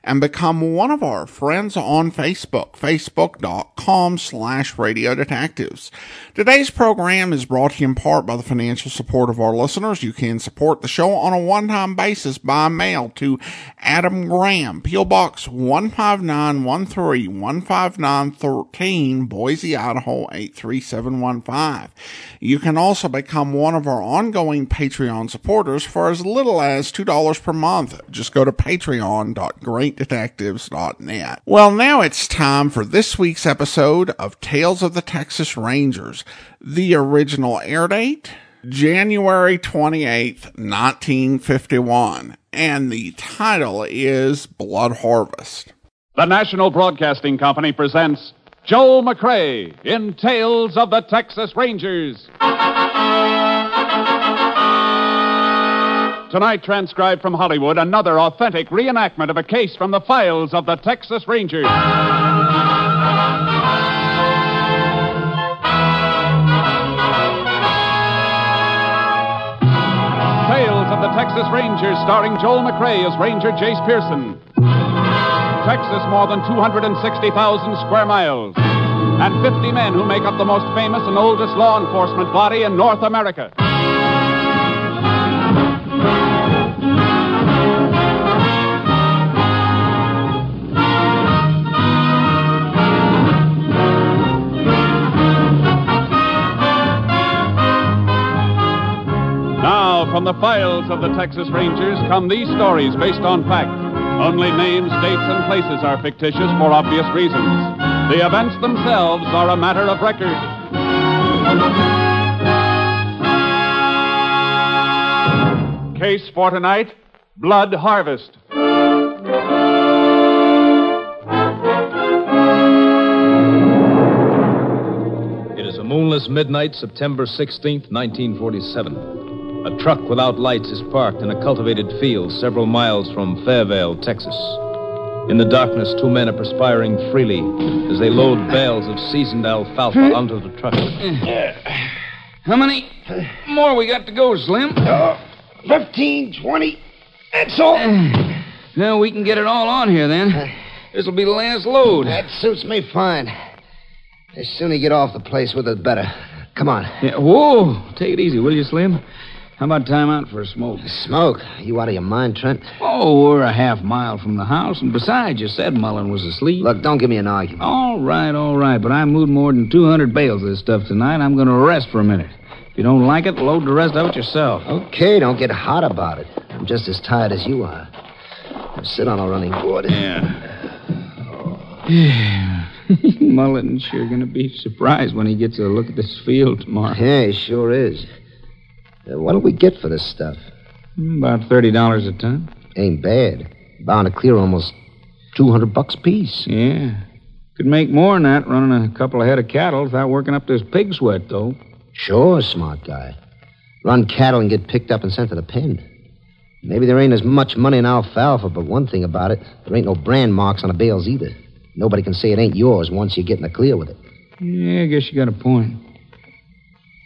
and become one of our friends on Facebook, facebook.com slash Radio Detectives. Today's program is brought to you in part by the financial support of our listeners. You can support the show on a one-time basis by mail to Adam Graham, P.O. Box 15913, 15913, Boise, Idaho 83715. You can also become one of our ongoing Patreon supporters for as little as $2 per month. Just go to patreon.greatdetectives.net. Well, now it's time for this week's episode of Tales of the Texas Rangers. The original air date? January 28th, 1951, and the title is Blood Harvest. The National Broadcasting Company presents Joel McRae in Tales of the Texas Rangers. Tonight, transcribed from Hollywood, another authentic reenactment of a case from the files of the Texas Rangers. Tales of the Texas Rangers, starring Joel McRae as Ranger Jace Pearson. Texas, more than 260,000 square miles, and 50 men who make up the most famous and oldest law enforcement body in North America. Now, from the files of the Texas Rangers come these stories based on fact. Only names, dates, and places are fictitious for obvious reasons. The events themselves are a matter of record. Case for tonight Blood Harvest. It is a moonless midnight, September 16th, 1947. A truck without lights is parked in a cultivated field several miles from Fairvale, Texas. In the darkness, two men are perspiring freely as they load bales of seasoned Hmm? alfalfa onto the truck. How many more we got to go, Slim? Uh, Fifteen, twenty. That's all. Now Uh, we can get it all on here then. This'll be the last load. Uh, That suits me fine. The sooner you get off the place with it, better. Come on. Yeah, whoa, take it easy, will you, Slim? How about time out for a smoke? Smoke. You out of your mind, Trent? Oh, we're a half mile from the house, and besides, you said Mullen was asleep. Oh, Look, don't give me an argument. All right, all right, but I moved more than 200 bales of this stuff tonight. I'm going to rest for a minute. If you don't like it, load the rest of it yourself. Okay, don't get hot about it. I'm just as tired as you are. Now sit on a running board. Yeah. Mullen's sure going to be surprised when he gets a look at this field tomorrow. Yeah, he sure is. Uh, what do we get for this stuff? About thirty dollars a ton. Ain't bad. Bound to clear almost 200 bucks piece. Yeah. Could make more than that running a couple of head of cattle without working up this pig sweat, though. Sure, smart guy. Run cattle and get picked up and sent to the pen. Maybe there ain't as much money in alfalfa, but one thing about it, there ain't no brand marks on the bales either. Nobody can say it ain't yours once you get in the clear with it. Yeah, I guess you got a point.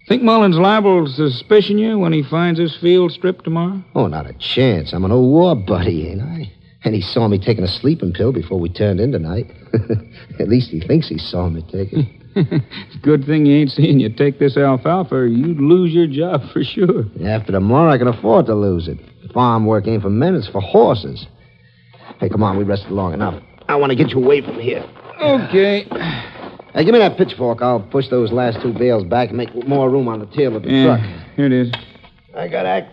Think Mullen's liable to suspicion you when he finds this field strip tomorrow? Oh, not a chance. I'm an old war buddy, ain't I? And he saw me taking a sleeping pill before we turned in tonight. At least he thinks he saw me take it. Good thing he ain't seeing you take this alfalfa, or you'd lose your job for sure. After tomorrow, I can afford to lose it. Farm work ain't for men, it's for horses. Hey, come on, we rested long enough. I want to get you away from here. Okay. Hey, give me that pitchfork. I'll push those last two bales back and make more room on the tail of the truck. Yeah, here it is. What's I got a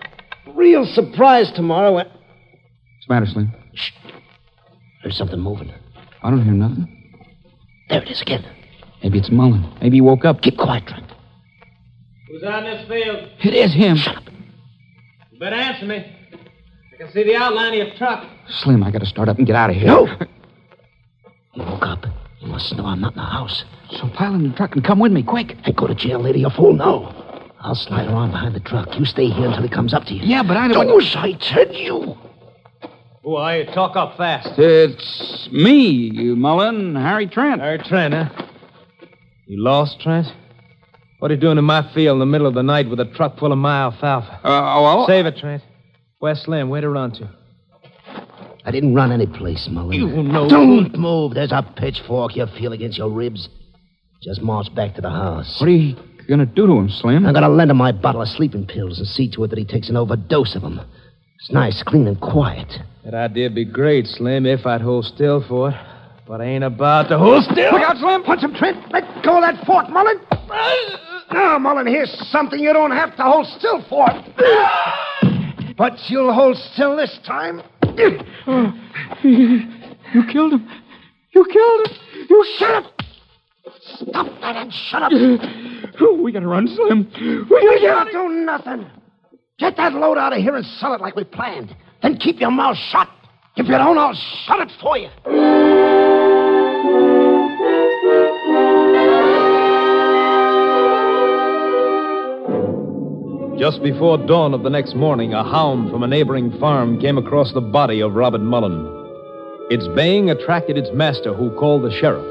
real surprise tomorrow. When... the matter, Slim? There's something moving. I don't hear nothing. There it is again. Maybe it's Mullen. Maybe he woke up. Keep quiet, Trent. Who's out in this field? It is him. You better answer me. I can see the outline of your truck. Slim, I gotta start up and get out of here. No. You woke up. You must know I'm not in the house. So pile in the truck and come with me, quick. Hey, go to jail, lady. You fool, no. I'll slide around behind the truck. You stay here until he comes up to you. Yeah, but I Those I said you. Who are you? Talk up fast. It's me, you Mullen, Harry Trent. Harry Trent, huh? You lost, Trent? What are you doing in my field in the middle of the night with a truck full of my alfalfa? Uh, well, Save it, Trent. West Lim, where'd it run to? I didn't run any place, Mullen. You know- Don't move. There's a pitchfork you feel against your ribs. Just march back to the house. what are you going to do to him, Slim? I'm going to lend him my bottle of sleeping pills and see to it that he takes an overdose of 'em. It's nice, clean, and quiet. That idea'd be great, Slim, if I'd hold still for it. But I ain't about to hold still. Look out, Slim! Punch him, Trent! Let go of that fork, Mullen! Now, Mullen, here's something you don't have to hold still for. But you'll hold still this time. You killed him. You killed him. You shut up. Stop that and shut up! We gotta run, Slim. We gotta You don't do nothing. Get that load out of here and sell it like we planned. Then keep your mouth shut. If you don't, I'll shut it for you. Just before dawn of the next morning, a hound from a neighboring farm came across the body of Robert Mullen. Its baying attracted its master, who called the sheriff.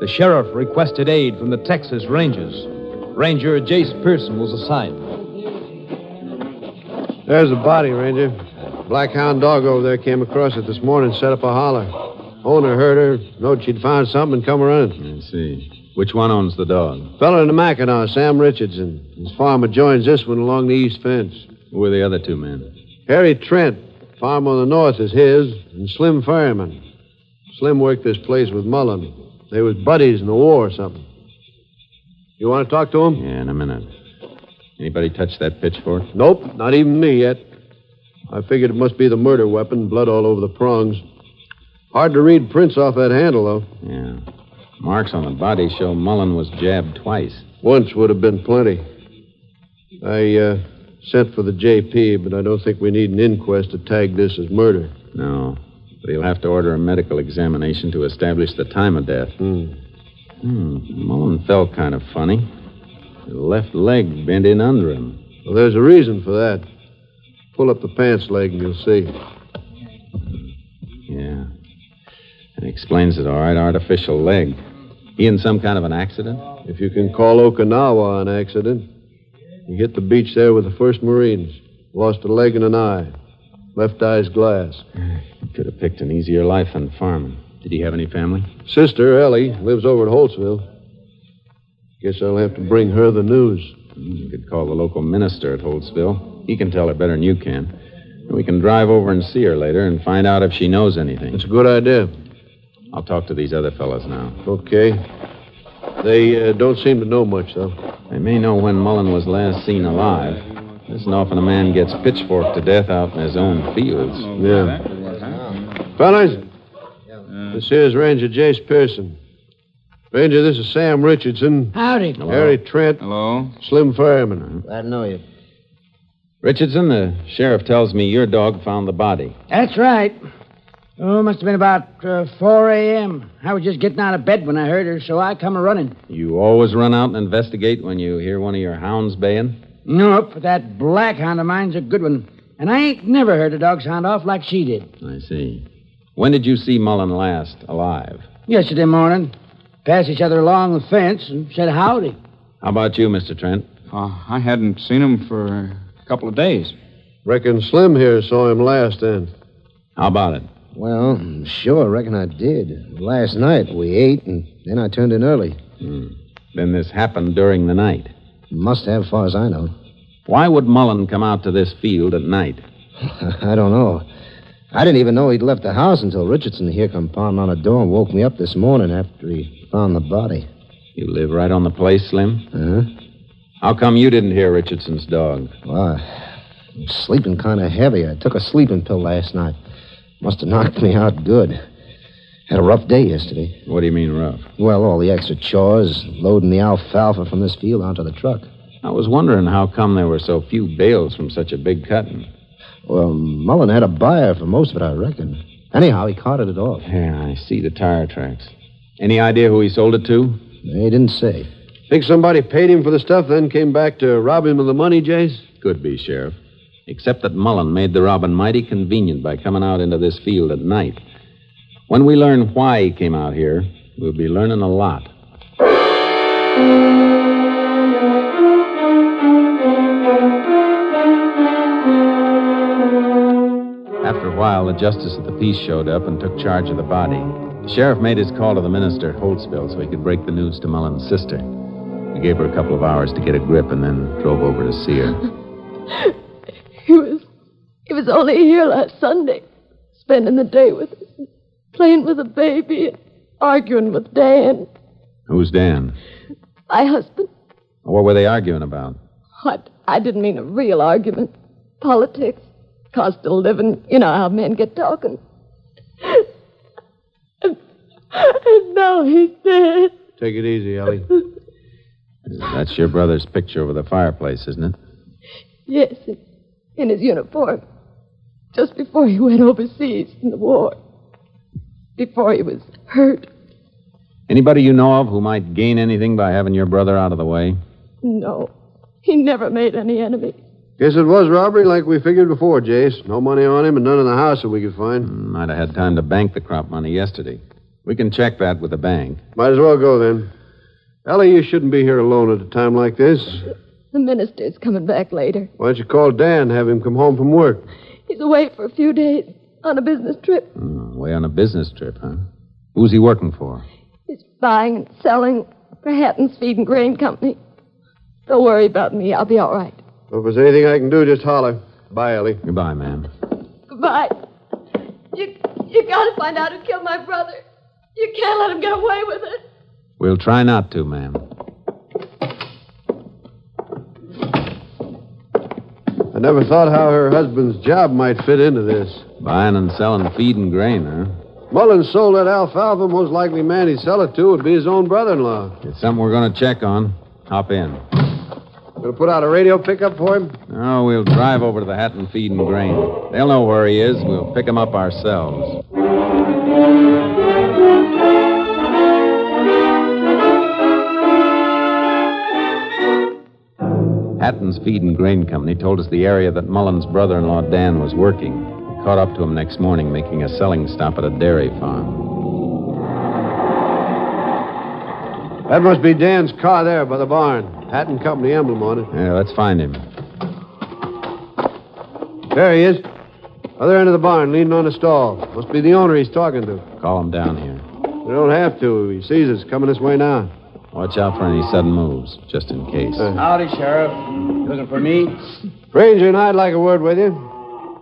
The sheriff requested aid from the Texas Rangers. Ranger Jace Pearson was assigned. There's a body, Ranger. Black hound dog over there came across it this morning, set up a holler. Owner heard her, knowed she'd found something, and come running. I see. Which one owns the dog? Fella in the Mackinaw, Sam Richardson. His farm adjoins this one along the east fence. Who are the other two men? Harry Trent, farm on the north, is his, and Slim Ferryman. Slim worked this place with Mullen. They was buddies in the war or something. You want to talk to him? Yeah, in a minute. Anybody touch that pitchfork? Nope, not even me yet. I figured it must be the murder weapon, blood all over the prongs. Hard to read prints off that handle, though. Yeah. Marks on the body show Mullen was jabbed twice. Once would have been plenty. I uh, sent for the JP, but I don't think we need an inquest to tag this as murder. No. But he'll have to order a medical examination to establish the time of death. Hmm. Hmm. Mullen felt kind of funny. His left leg bent in under him. Well, there's a reason for that. Pull up the pants leg and you'll see. Yeah. That explains it, all right. Artificial leg. He in some kind of an accident? If you can call Okinawa an accident, he hit the beach there with the first Marines. Lost a leg and an eye. Left eye's glass. Could have picked an easier life than farming. Did he have any family? Sister, Ellie, lives over at Holtzville. Guess I'll have to bring her the news. You could call the local minister at Holtzville. He can tell her better than you can. And We can drive over and see her later and find out if she knows anything. It's a good idea. I'll talk to these other fellows now. Okay. They uh, don't seem to know much, though. They may know when Mullen was last seen alive. It isn't often a man gets pitchforked to death out in his own fields. Yeah. Fellas, this here's Ranger Jace Pearson. Ranger, this is Sam Richardson, Howdy. Harry Trent, Hello? Slim Fireman. I know you. Richardson, the sheriff tells me your dog found the body. That's right. Oh, must have been about uh, 4 a.m. I was just getting out of bed when I heard her, so I come a running. You always run out and investigate when you hear one of your hounds baying? Nope, but that black hound of mine's a good one. And I ain't never heard a dog sound off like she did. I see. When did you see Mullen last alive? Yesterday morning, passed each other along the fence and said howdy. How about you, Mr. Trent? Uh, Ah. I hadn't seen him for a couple of days. Reckon Slim here saw him last then. How about it? Well, sure, reckon I did. Last night we ate, and then I turned in early. Then this happened during the night. Must have, far as I know. Why would Mullen come out to this field at night? I don't know. I didn't even know he'd left the house until Richardson here come pounding on the door and woke me up this morning after he found the body. You live right on the place, Slim. Huh? How come you didn't hear Richardson's dog? Well, I'm sleeping kind of heavy. I took a sleeping pill last night. Must have knocked me out good. Had a rough day yesterday. What do you mean, rough? Well, all the extra chores, loading the alfalfa from this field onto the truck. I was wondering how come there were so few bales from such a big cutting. Well, Mullen had a buyer for most of it, I reckon. Anyhow, he carted it off. Yeah, I see the tire tracks. Any idea who he sold it to? He didn't say. Think somebody paid him for the stuff, then came back to rob him of the money, Jace? Could be, Sheriff. Except that Mullen made the robin mighty convenient by coming out into this field at night. When we learn why he came out here, we'll be learning a lot. After a while, the justice of the peace showed up and took charge of the body. The sheriff made his call to the minister at Holtzville so he could break the news to Mullen's sister. We gave her a couple of hours to get a grip and then drove over to see her. He was he was only here last Sunday, spending the day with us, playing with a baby, and arguing with Dan, Who's Dan? my husband. What were they arguing about? I, I didn't mean a real argument. Politics, cost of living, you know how men get talking. And, and now he's dead. Take it easy, Ellie. That's your brother's picture over the fireplace, isn't it? Yes, in, in his uniform. Just before he went overseas in the war. Before he was hurt. Anybody you know of who might gain anything by having your brother out of the way? No. He never made any enemies. Guess it was robbery like we figured before, Jace. No money on him and none in the house that we could find. Might have had time to bank the crop money yesterday. We can check that with the bank. Might as well go then. Ellie, you shouldn't be here alone at a time like this. The minister's coming back later. Why don't you call Dan, have him come home from work? He's away for a few days on a business trip. Away on a business trip, huh? Who's he working for? He's buying and selling for Hatton's Feed and Grain Company. Don't worry about me. I'll be all right. If there's anything I can do, just holler. Bye, Ellie. Goodbye, ma'am. Goodbye. You, you gotta find out who killed my brother. You can't let him get away with it. We'll try not to, ma'am. I never thought how her husband's job might fit into this. Buying and selling feed and grain, huh? Mullins sold that alfalfa. Most likely man he'd sell it to would be his own brother-in-law. It's something we're going to check on. Hop in. Gonna put out a radio pickup for him? Oh, we'll drive over to the Hatton Feed and Grain. They'll know where he is. We'll pick him up ourselves. Hatton's Feed and Grain Company told us the area that Mullen's brother in law Dan was working. We caught up to him next morning making a selling stop at a dairy farm. That must be Dan's car there by the barn. Hat and company emblem on it. Yeah, let's find him. There he is. Other end of the barn, leaning on a stall. Must be the owner he's talking to. Call him down here. We don't have to. He sees us coming this way now. Watch out for any sudden moves, just in case. Uh. Howdy, Sheriff. Looking for me? Ranger and I'd like a word with you.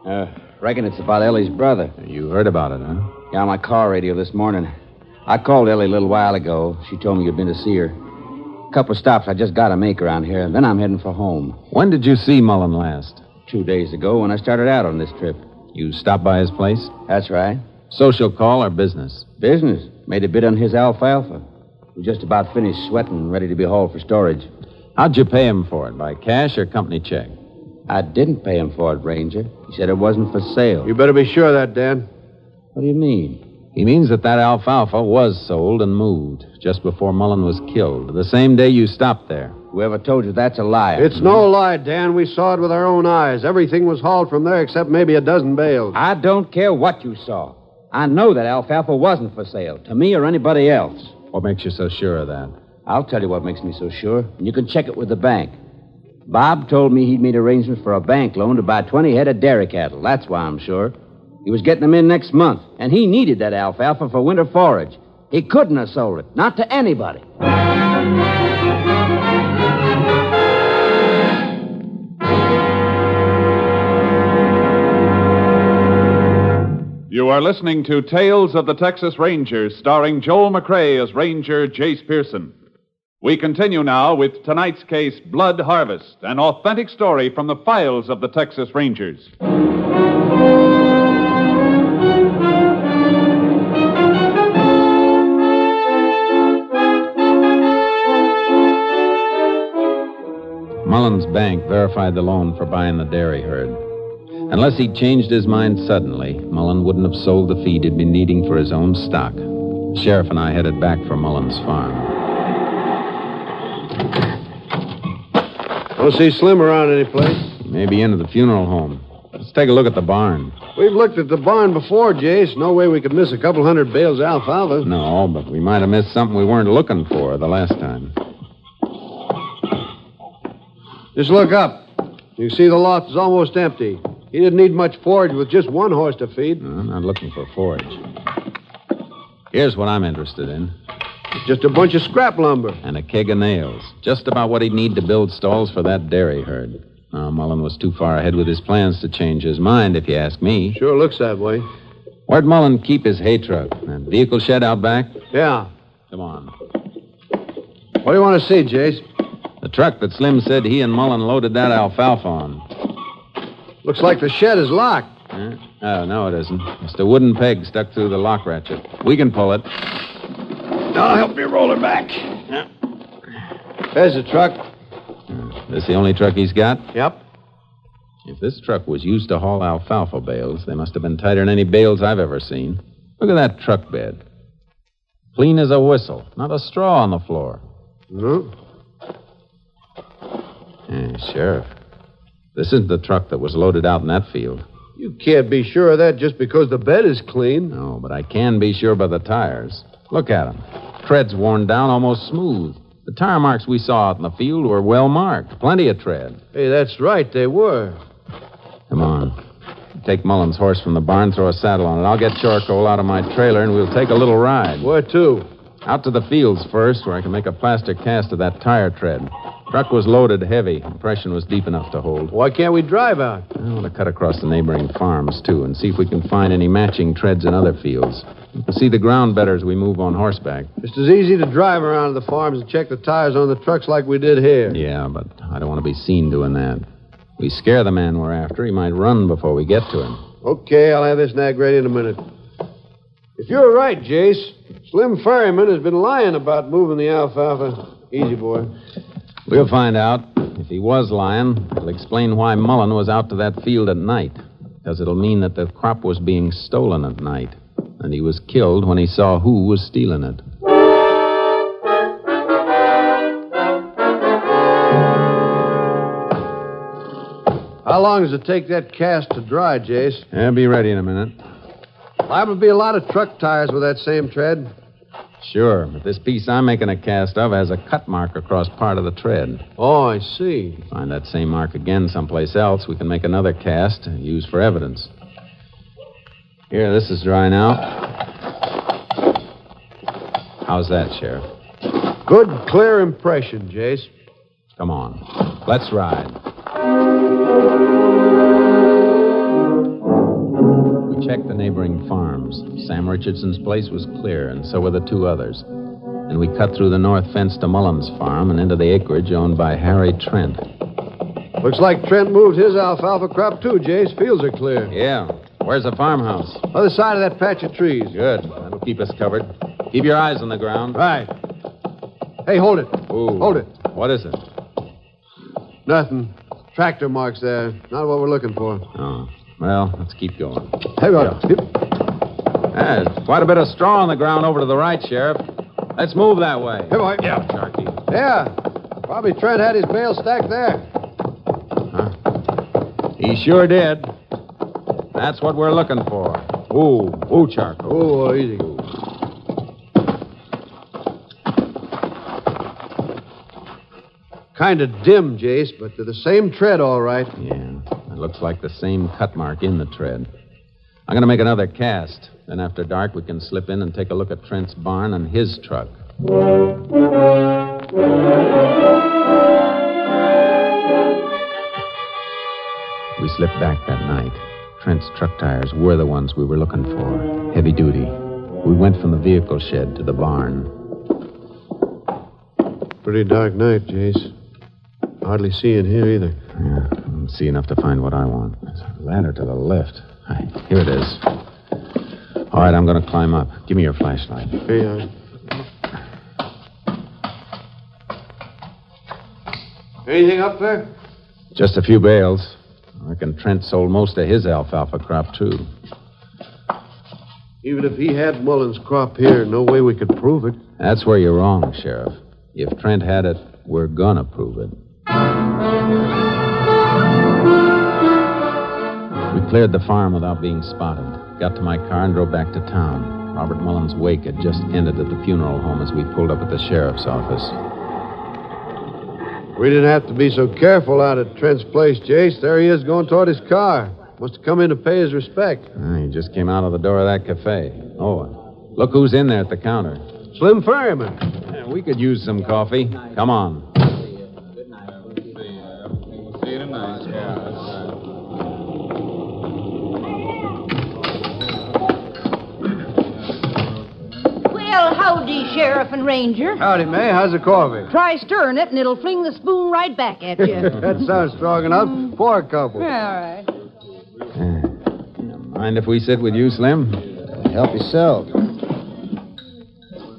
Uh, reckon it's about Ellie's brother. You heard about it, huh? Yeah, on my car radio this morning. I called Ellie a little while ago. She told me you'd been to see her. Couple stops I just got to make around here, and then I'm heading for home. When did you see Mullen last? Two days ago when I started out on this trip. You stopped by his place? That's right. Social call or business? Business. Made a bid on his alfalfa. We just about finished sweating, ready to be hauled for storage. How'd you pay him for it? By cash or company check? I didn't pay him for it, Ranger. He said it wasn't for sale. You better be sure of that, Dan. What do you mean? He means that that alfalfa was sold and moved just before Mullen was killed, the same day you stopped there. Whoever told you that's a liar. It's no lie, Dan. We saw it with our own eyes. Everything was hauled from there except maybe a dozen bales. I don't care what you saw. I know that alfalfa wasn't for sale to me or anybody else. What makes you so sure of that? I'll tell you what makes me so sure, and you can check it with the bank. Bob told me he'd made arrangements for a bank loan to buy 20 head of dairy cattle. That's why I'm sure. He was getting them in next month, and he needed that alfalfa for winter forage. He couldn't have sold it, not to anybody. You are listening to Tales of the Texas Rangers, starring Joel McRae as Ranger Jace Pearson. We continue now with tonight's case, Blood Harvest, an authentic story from the files of the Texas Rangers. Mullen's bank verified the loan for buying the dairy herd. Unless he changed his mind suddenly, Mullen wouldn't have sold the feed he'd been needing for his own stock. The sheriff and I headed back for Mullen's farm. Don't see Slim around any place. Maybe into the funeral home. Let's take a look at the barn. We've looked at the barn before, Jace. No way we could miss a couple hundred bales of alfalfa. No, Oh, but we might have missed something we weren't looking for the last time. Just look up. You see the loft is almost empty. He didn't need much forage with just one horse to feed. I'm not looking for forage. Here's what I'm interested in. Just a bunch of scrap lumber. And a keg of nails. Just about what he'd need to build stalls for that dairy herd. Now, Mullen was too far ahead with his plans to change his mind, if you ask me. Sure looks that way. Where'd Mullen keep his hay truck? That vehicle shed out back? Yeah. Come on. What do you want to see, Jace? The truck that Slim said he and Mullen loaded that alfalfa on. Looks like the shed is locked. Huh? Oh, no, it isn't. It's the wooden peg stuck through the lock ratchet. We can pull it. I'll help you roll her back. There's the truck. This the only truck he's got? Yep. If this truck was used to haul alfalfa bales, they must have been tighter than any bales I've ever seen. Look at that truck bed. Clean as a whistle. Not a straw on the floor. No. Eh, Sheriff, this isn't the truck that was loaded out in that field. You can't be sure of that just because the bed is clean. No, but I can be sure by the tires. Look at 'em. Tread's worn down almost smooth. The tire marks we saw out in the field were well marked. Plenty of tread. Hey, that's right, they were. Come on. Take Mullen's horse from the barn, throw a saddle on it. I'll get charcoal out of my trailer, and we'll take a little ride. Where to? Out to the fields first, where I can make a plaster cast of that tire tread. Truck was loaded heavy. Impression was deep enough to hold. Why can't we drive out? I want to cut across the neighboring farms, too, and see if we can find any matching treads in other fields. We can see the ground better as we move on horseback. It's as easy to drive around to the farms and check the tires on the trucks like we did here. Yeah, but I don't want to be seen doing that. We scare the man we're after. He might run before we get to him. Okay, I'll have this nag ready in a minute. If you're right, Jace, Slim Ferryman has been lying about moving the alfalfa. Easy, boy. We'll find out. If he was lying, it'll explain why Mullen was out to that field at night. Because it'll mean that the crop was being stolen at night. And he was killed when he saw who was stealing it. How long does it take that cast to dry, Jace? Yeah, be ready in a minute. Liable to be a lot of truck tires with that same tread. Sure, but this piece I'm making a cast of has a cut mark across part of the tread. Oh, I see. Find that same mark again someplace else, we can make another cast and use for evidence. Here, this is dry now. How's that, Sheriff? Good, clear impression, Jace. Come on. Let's ride. We checked the neighboring farms. Sam Richardson's place was clear, and so were the two others. And we cut through the north fence to Mullen's farm and into the acreage owned by Harry Trent. Looks like Trent moved his alfalfa crop too, Jace. Fields are clear. Yeah. Where's the farmhouse? Other side of that patch of trees. Good. That'll keep us covered. Keep your eyes on the ground. Right. Hey, hold it. Ooh. Hold it. What is it? Nothing. Tractor marks there. Not what we're looking for. Oh. Well, let's keep going. Hey, Roger. Yep. There's quite a bit of straw on the ground over to the right, Sheriff. Let's move that way. Hey, boy. Yeah, Sharky. Yeah. Probably Trent had his bale stacked there. He sure did. That's what we're looking for. Ooh, ooh, charcoal. Oh, easy. Kind of dim, Jace, but they're the same tread, all right. Yeah, it looks like the same cut mark in the tread. I'm going to make another cast. Then after dark, we can slip in and take a look at Trent's barn and his truck. We slipped back that night. Trent's truck tires were the ones we were looking for, heavy duty. We went from the vehicle shed to the barn. Pretty dark night, Jace. Hardly seeing here either. Yeah, I don't see enough to find what I want. There's a ladder to the left. Hi, here it is. All right, I'm going to climb up. Give me your flashlight. Hey, uh... Anything up there? Just a few bales. I reckon Trent sold most of his alfalfa crop, too. Even if he had Mullen's crop here, no way we could prove it. That's where you're wrong, Sheriff. If Trent had it, we're going to prove it. cleared the farm without being spotted. Got to my car and drove back to town. Robert Mullen's wake had just ended at the funeral home as we pulled up at the sheriff's office. We didn't have to be so careful out at Trent's place, Jace. There he is going toward his car. Must have come in to pay his respect. Ah, he just came out of the door of that cafe. Oh, and look who's in there at the counter. Slim Fireman. Yeah, we could use some coffee. Come on. Well, howdy, Sheriff and Ranger. Howdy, May. How's the coffee? Try stirring it, and it'll fling the spoon right back at you. that sounds strong enough for a couple. All right. Mind if we sit with you, Slim? Help yourself.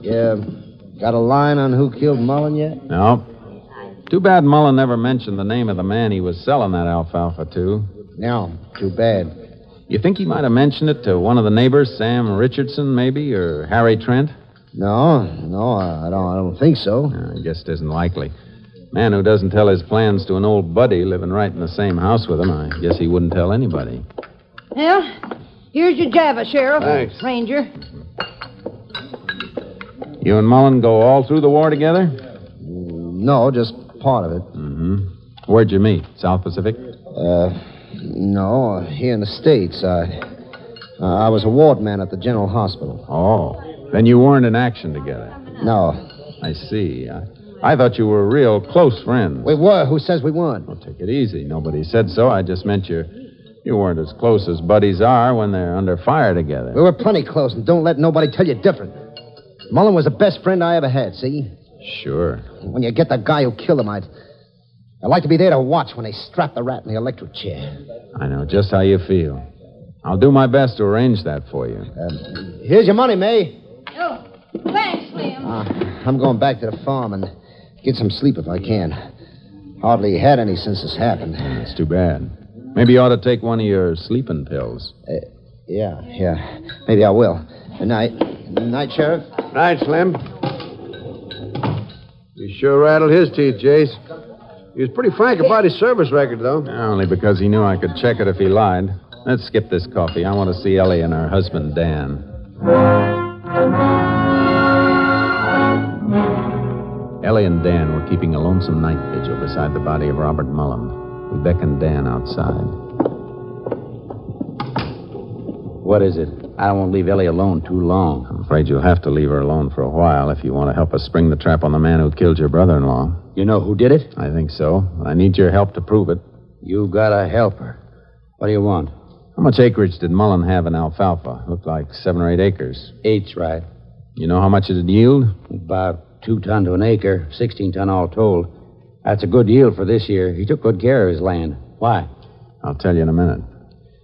Yeah, got a line on who killed Mullen yet? No. Too bad Mullen never mentioned the name of the man he was selling that alfalfa to. No, too bad. You think he might have mentioned it to one of the neighbors, Sam Richardson, maybe, or Harry Trent? No, no, I don't, I don't think so. I guess it isn't likely. Man who doesn't tell his plans to an old buddy living right in the same house with him, I guess he wouldn't tell anybody. Well, here's your Java, Sheriff. Thanks. Ranger. You and Mullen go all through the war together? No, just part of it. Where'd you meet? South Pacific? Uh, no, here in the States. I, I was a ward man at the General Hospital. Oh. Then you weren't in action together. No. I see. I, I thought you were real close friends. We were. Who says we weren't? Well, take it easy. Nobody said so. I just meant you. You weren't as close as buddies are when they're under fire together. We were plenty close, and don't let nobody tell you different. Mullen was the best friend I ever had, see? Sure. When you get the guy who killed him, I'd, I'd like to be there to watch when they strap the rat in the electric chair. I know just how you feel. I'll do my best to arrange that for you. Um, here's your money, May. Oh, thanks, Slim. Uh, I'm going back to the farm and get some sleep if I can. Hardly had any since this happened. It's too bad. Maybe you ought to take one of your sleeping pills. Yeah, yeah. Maybe I will. uh, Good night. Good night, Sheriff. Night, Slim. He sure rattled his teeth, Jace. He was pretty frank about his service record, though. Only because he knew I could check it if he lied. Let's skip this coffee. I want to see Ellie and her husband, Dan. Ellie and Dan were keeping a lonesome night vigil beside the body of Robert Mullen. We beckoned Dan outside. What is it? I don't want to leave Ellie alone too long. I'm afraid you'll have to leave her alone for a while if you want to help us spring the trap on the man who killed your brother in law. You know who did it? I think so. I need your help to prove it. You gotta help her. What do you want? How much acreage did Mullen have in alfalfa? Looked like seven or eight acres. Eight's right. You know how much it'd yield? About two ton to an acre, 16 ton all told. That's a good yield for this year. He took good care of his land. Why? I'll tell you in a minute.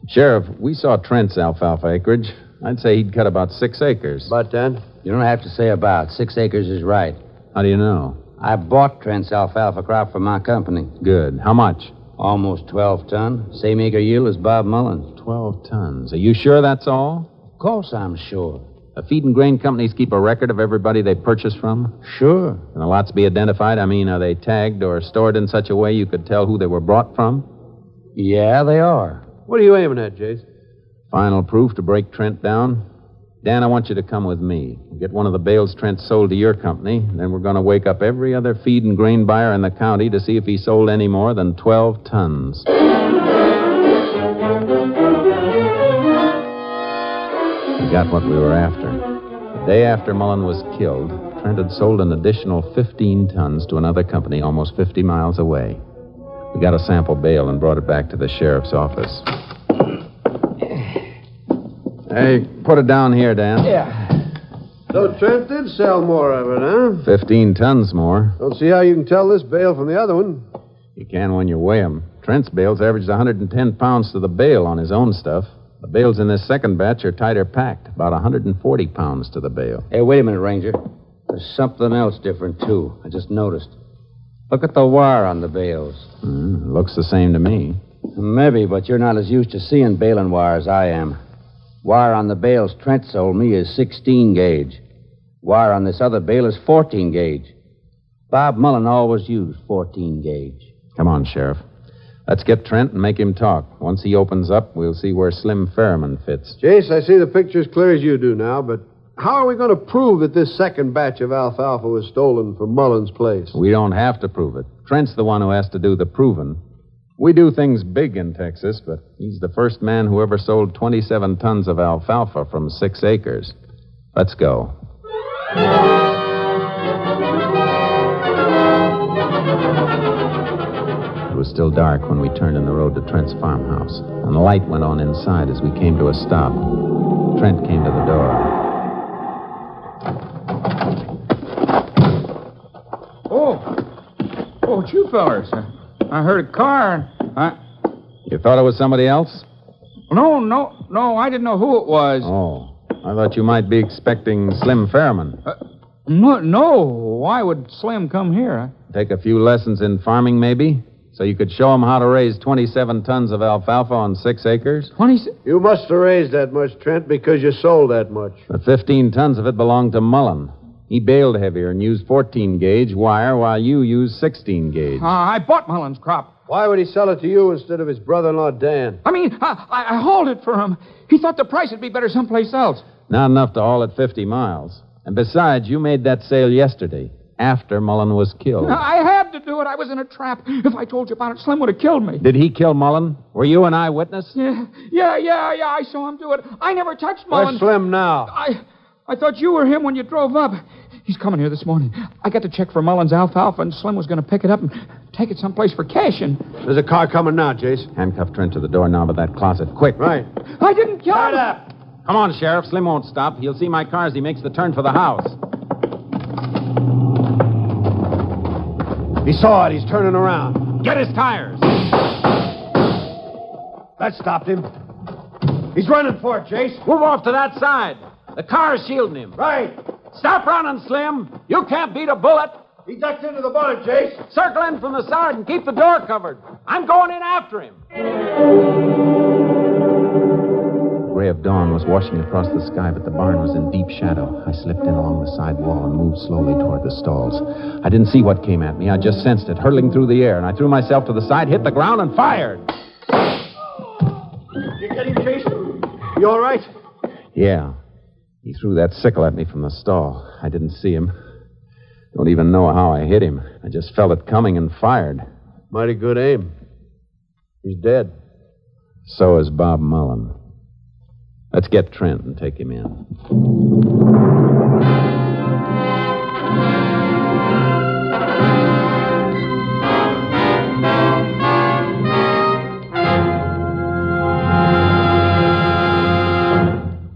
Sheriff, we saw Trent's alfalfa acreage. I'd say he'd cut about six acres. About then, uh, You don't have to say about. Six acres is right. How do you know? I bought Trent's alfalfa crop for my company. Good. How much? Almost 12 ton. Same acre yield as Bob Mullen. Twelve tons. Are you sure that's all? Of course I'm sure. The feed and grain companies keep a record of everybody they purchase from? Sure. Can the lots be identified? I mean, are they tagged or stored in such a way you could tell who they were brought from? Yeah, they are. what are you aiming at, Jace? Final proof to break Trent down? Dan, I want you to come with me. Get one of the bales Trent sold to your company, and then we're going to wake up every other feed and grain buyer in the county to see if he sold any more than 12 tons. We got what we were after. The day after Mullen was killed, Trent had sold an additional 15 tons to another company almost 50 miles away. We got a sample bale and brought it back to the sheriff's office. Hey, put it down here, Dan. So Trent did sell more of it, huh? 15 tons more. Don't see how you can tell this bale from the other one. You can when you weigh 'em. Trent's bales averaged 110 pounds to the bale on his own stuff. The bales in this second batch are tighter packed, about 140 pounds to the bale. Hey, wait a minute, Ranger. There's something else different, too. I just noticed. Look at the wire on the bales. Mm, looks the same to me. Maybe, but you're not as used to seeing baling wire as I am. Wire on the bales Trent sold me is 16 gauge. Wire on this other bale is 14 gauge. Bob Mullen always used 14 gauge. Come on, Sheriff. Let's get Trent and make him talk. Once he opens up, we'll see where Slim Ferriman fits. Jase, I see the picture as clear as you do now, but how are we going to prove that this second batch of alfalfa was stolen from Mullins' place? We don't have to prove it. Trent's the one who has to do the proving. We do things big in Texas, but he's the first man who ever sold 27 tons of alfalfa from six acres. Let's go. It was still dark when we turned in the road to Trent's farmhouse, and the light went on inside as we came to a stop. Trent came to the door. Oh. Oh, it's you fellers. I heard a car. and I... You thought it was somebody else? No, no, no, I didn't know who it was. Oh, I thought you might be expecting Slim Fairman. No, no, why would Slim come here? Take a few lessons in farming, maybe? So you could show him how to raise 27 tons of alfalfa on six acres? 20... You must have raised that much, Trent, because you sold that much. The 15 tons of it belonged to Mullen. He baled heavier and used 14 gauge wire while you used 16 gauge. Uh, Ah, I bought Mullins' crop. Why would he sell it to you instead of his brother-in-law, Dan? I mean, I, I, I hauled it for him. He thought the price would be better someplace else. Not enough to haul it 50 miles. And besides, you made that sale yesterday, after Mullen was killed. I had to do it. I was in a trap. If I told you about it, Slim would have killed me. Did he kill Mullen? Were you an eyewitness? Yeah, yeah, yeah, yeah. I saw him do it. I never touched Mullen. Where's Slim now? I, I thought you were him when you drove up. He's coming here this morning. I got to check for Mullins' alfalfa, and Slim was going to pick it up and take it someplace for cash. And There's a car coming now, Jase. Handcuffed Trent to the doorknob of that closet. Quick. Right. I didn't kill him. up. Come on, Sheriff. Slim won't stop. He'll see my car as he makes the turn for the house. He saw it. He's turning around. Get his tires. That stopped him. He's running for it, Jase. Move off to that side. The car is shielding him. Right. Stop running, Slim. You can't beat a bullet. He ducked into the bullet, Jase. Circle in from the side and keep the door covered. I'm going in after him. The gray of dawn was washing across the sky, but the barn was in deep shadow. I slipped in along the side wall and moved slowly toward the stalls. I didn't see what came at me. I just sensed it hurtling through the air, and I threw myself to the side, hit the ground, and fired. You get him, Jase? You all right? Yeah. He threw that sickle at me from the stall. I didn't see him. Don't even know how I hit him. I just felt it coming and fired. Mighty good aim. He's dead. So is Bob Mullen. Let's get Trent and take him in.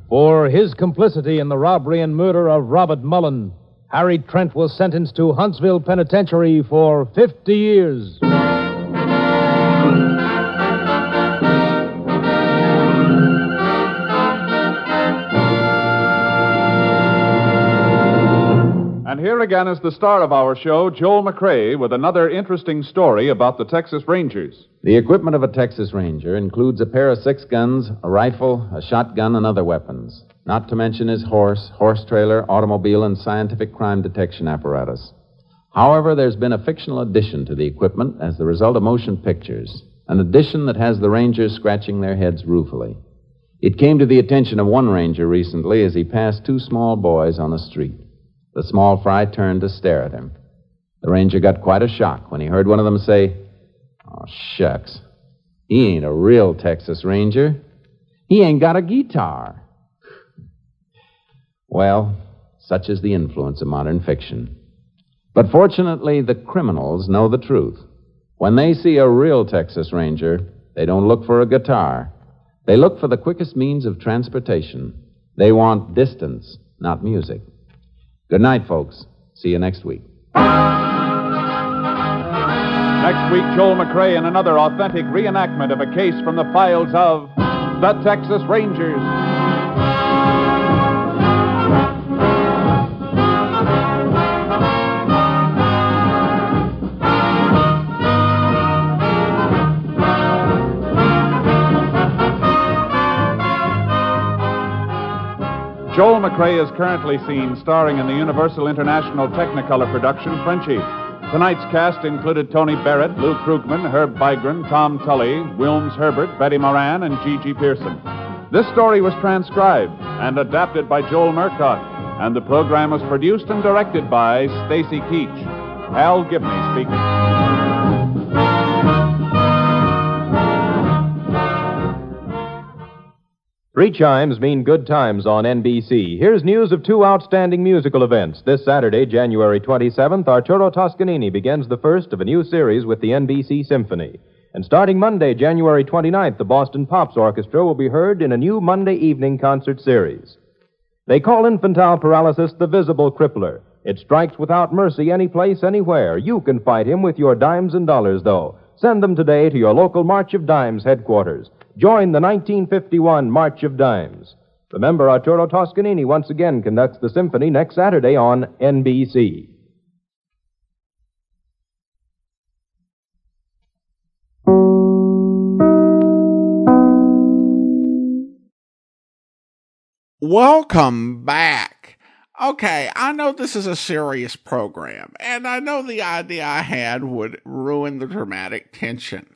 For his complicity in the robbery and murder of Robert Mullen, Harry Trent was sentenced to Huntsville Penitentiary for 50 years. And here again is the star of our show, Joel McRae, with another interesting story about the Texas Rangers. The equipment of a Texas Ranger includes a pair of six guns, a rifle, a shotgun, and other weapons, not to mention his horse, horse trailer, automobile, and scientific crime detection apparatus. However, there's been a fictional addition to the equipment as the result of motion pictures, an addition that has the Rangers scratching their heads ruefully. It came to the attention of one Ranger recently as he passed two small boys on the street. The small fry turned to stare at him. The Ranger got quite a shock when he heard one of them say, Oh, shucks. He ain't a real Texas Ranger. He ain't got a guitar. Well, such is the influence of modern fiction. But fortunately, the criminals know the truth. When they see a real Texas Ranger, they don't look for a guitar. They look for the quickest means of transportation. They want distance, not music. Good night, folks. See you next week. Next week, Joel McRae in another authentic reenactment of a case from the files of the Texas Rangers. Joel McRae is currently seen starring in the Universal International Technicolor production Frenchie. Tonight's cast included Tony Barrett, Lou Krugman, Herb Bygren, Tom Tully, Wilms Herbert, Betty Moran, and Gigi Pearson. This story was transcribed and adapted by Joel Murcott, and the program was produced and directed by Stacy Keach. Hal Gibney speaking. Three chimes mean good times on NBC. Here's news of two outstanding musical events. This Saturday, January 27th, Arturo Toscanini begins the first of a new series with the NBC Symphony. And starting Monday, January 29th, the Boston Pops Orchestra will be heard in a new Monday evening concert series. They call infantile paralysis the visible crippler. It strikes without mercy any place, anywhere. You can fight him with your dimes and dollars, though. Send them today to your local March of Dimes headquarters. Join the 1951 March of Dimes. Remember, Arturo Toscanini once again conducts the symphony next Saturday on NBC. Welcome back. Okay, I know this is a serious program, and I know the idea I had would ruin the dramatic tension.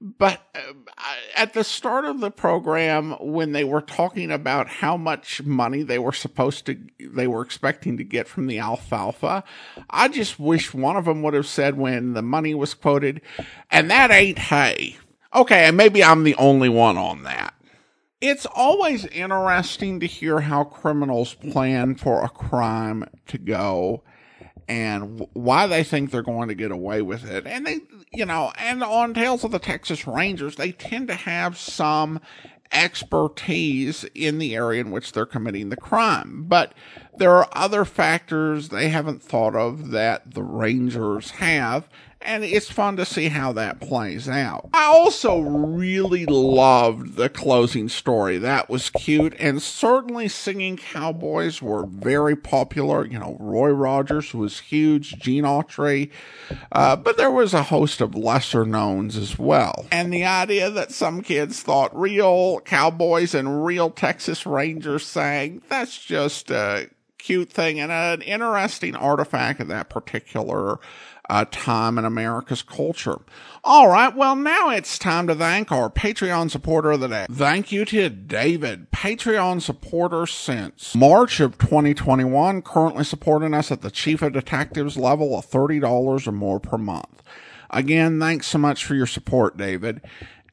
But uh, I- at the start of the program, when they were talking about how much money they were supposed to, they were expecting to get from the alfalfa, I just wish one of them would have said when the money was quoted, and that ain't hay. Okay, and maybe I'm the only one on that. It's always interesting to hear how criminals plan for a crime to go and wh- why they think they're going to get away with it. And they, you know, and on Tales of the Texas Rangers, they tend to have some expertise in the area in which they're committing the crime. But there are other factors they haven't thought of that the Rangers have. And it's fun to see how that plays out. I also really loved the closing story. That was cute. And certainly singing cowboys were very popular. You know, Roy Rogers was huge, Gene Autry. Uh, but there was a host of lesser knowns as well. And the idea that some kids thought real cowboys and real Texas Rangers sang, that's just uh, a cute thing and an interesting artifact of that particular uh, time in America's culture. All right, well, now it's time to thank our Patreon supporter of the day. Thank you to David, Patreon supporter since March of 2021, currently supporting us at the Chief of Detectives level of $30 or more per month. Again, thanks so much for your support, David.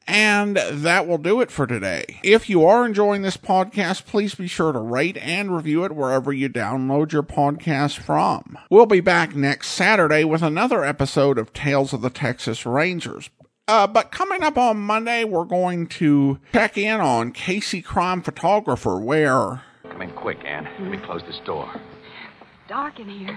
And that will do it for today. If you are enjoying this podcast, please be sure to rate and review it wherever you download your podcast from. We'll be back next Saturday with another episode of Tales of the Texas Rangers. Uh, but coming up on Monday, we're going to check in on Casey Crime Photographer, where Come in quick, Ann. Let me close this door. dark in here.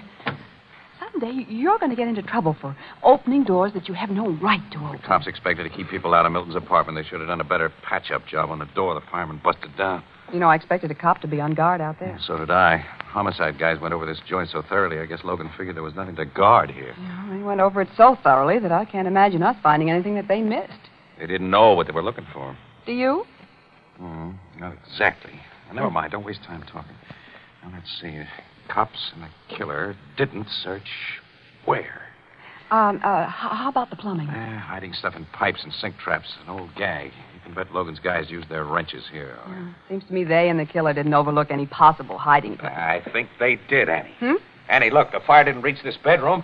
Someday you're going to get into trouble for opening doors that you have no right to open. Cops expected to keep people out of Milton's apartment. They should have done a better patch up job on the door the fireman busted down. You know, I expected a cop to be on guard out there. So did I. Homicide guys went over this joint so thoroughly, I guess Logan figured there was nothing to guard here. Well, they went over it so thoroughly that I can't imagine us finding anything that they missed. They didn't know what they were looking for. Do you? Hmm, not exactly. Now, never mind. Don't waste time talking. Now, let's see. Cops and a killer didn't search where? Um, uh, h- how about the plumbing? Eh, hiding stuff in pipes and sink traps. An old gag. You can bet Logan's guys used their wrenches here. Yeah, Seems to me they and the killer didn't overlook any possible Uh, hiding place. I think they did, Annie. Hmm? Annie, look, the fire didn't reach this bedroom.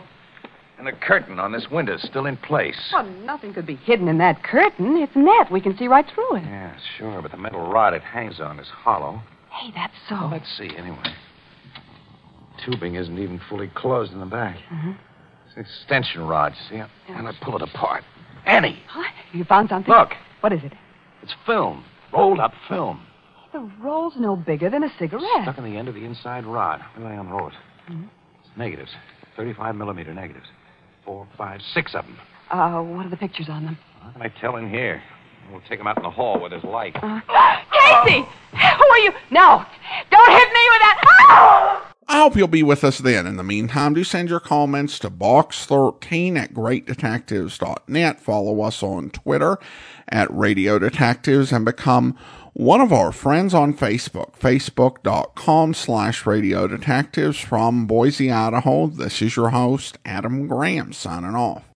And the curtain on this window's still in place. Well, nothing could be hidden in that curtain. It's net. We can see right through it. Yeah, sure, but the metal rod it hangs on is hollow. Hey, that's so. Well, let's see, anyway. Tubing isn't even fully closed in the back. Mhm. It's an extension rod, you see? And I pull it apart. Annie, What? You found something? Look. What is it? it's film. Rolled up film. The roll's no bigger than a cigarette. Stuck in the end of the inside rod. Where do I unroll it? Mhm. It's negatives. 35 millimeter negatives. Four, five, six of them. Uh, what are the pictures on them? How can I tell in here? We'll take them out in the hall where there's Uh-huh. light. Uh, Casey! Who are you? No! Don't hit me with that! I hope you'll be with us then. In the meantime, do send your comments to box13 at greatdetectives.net. Follow us on Twitter at Radio Detectives and become one of our friends on Facebook, facebook.com slash radio detectives from Boise, Idaho. This is your host, Adam Graham, signing off.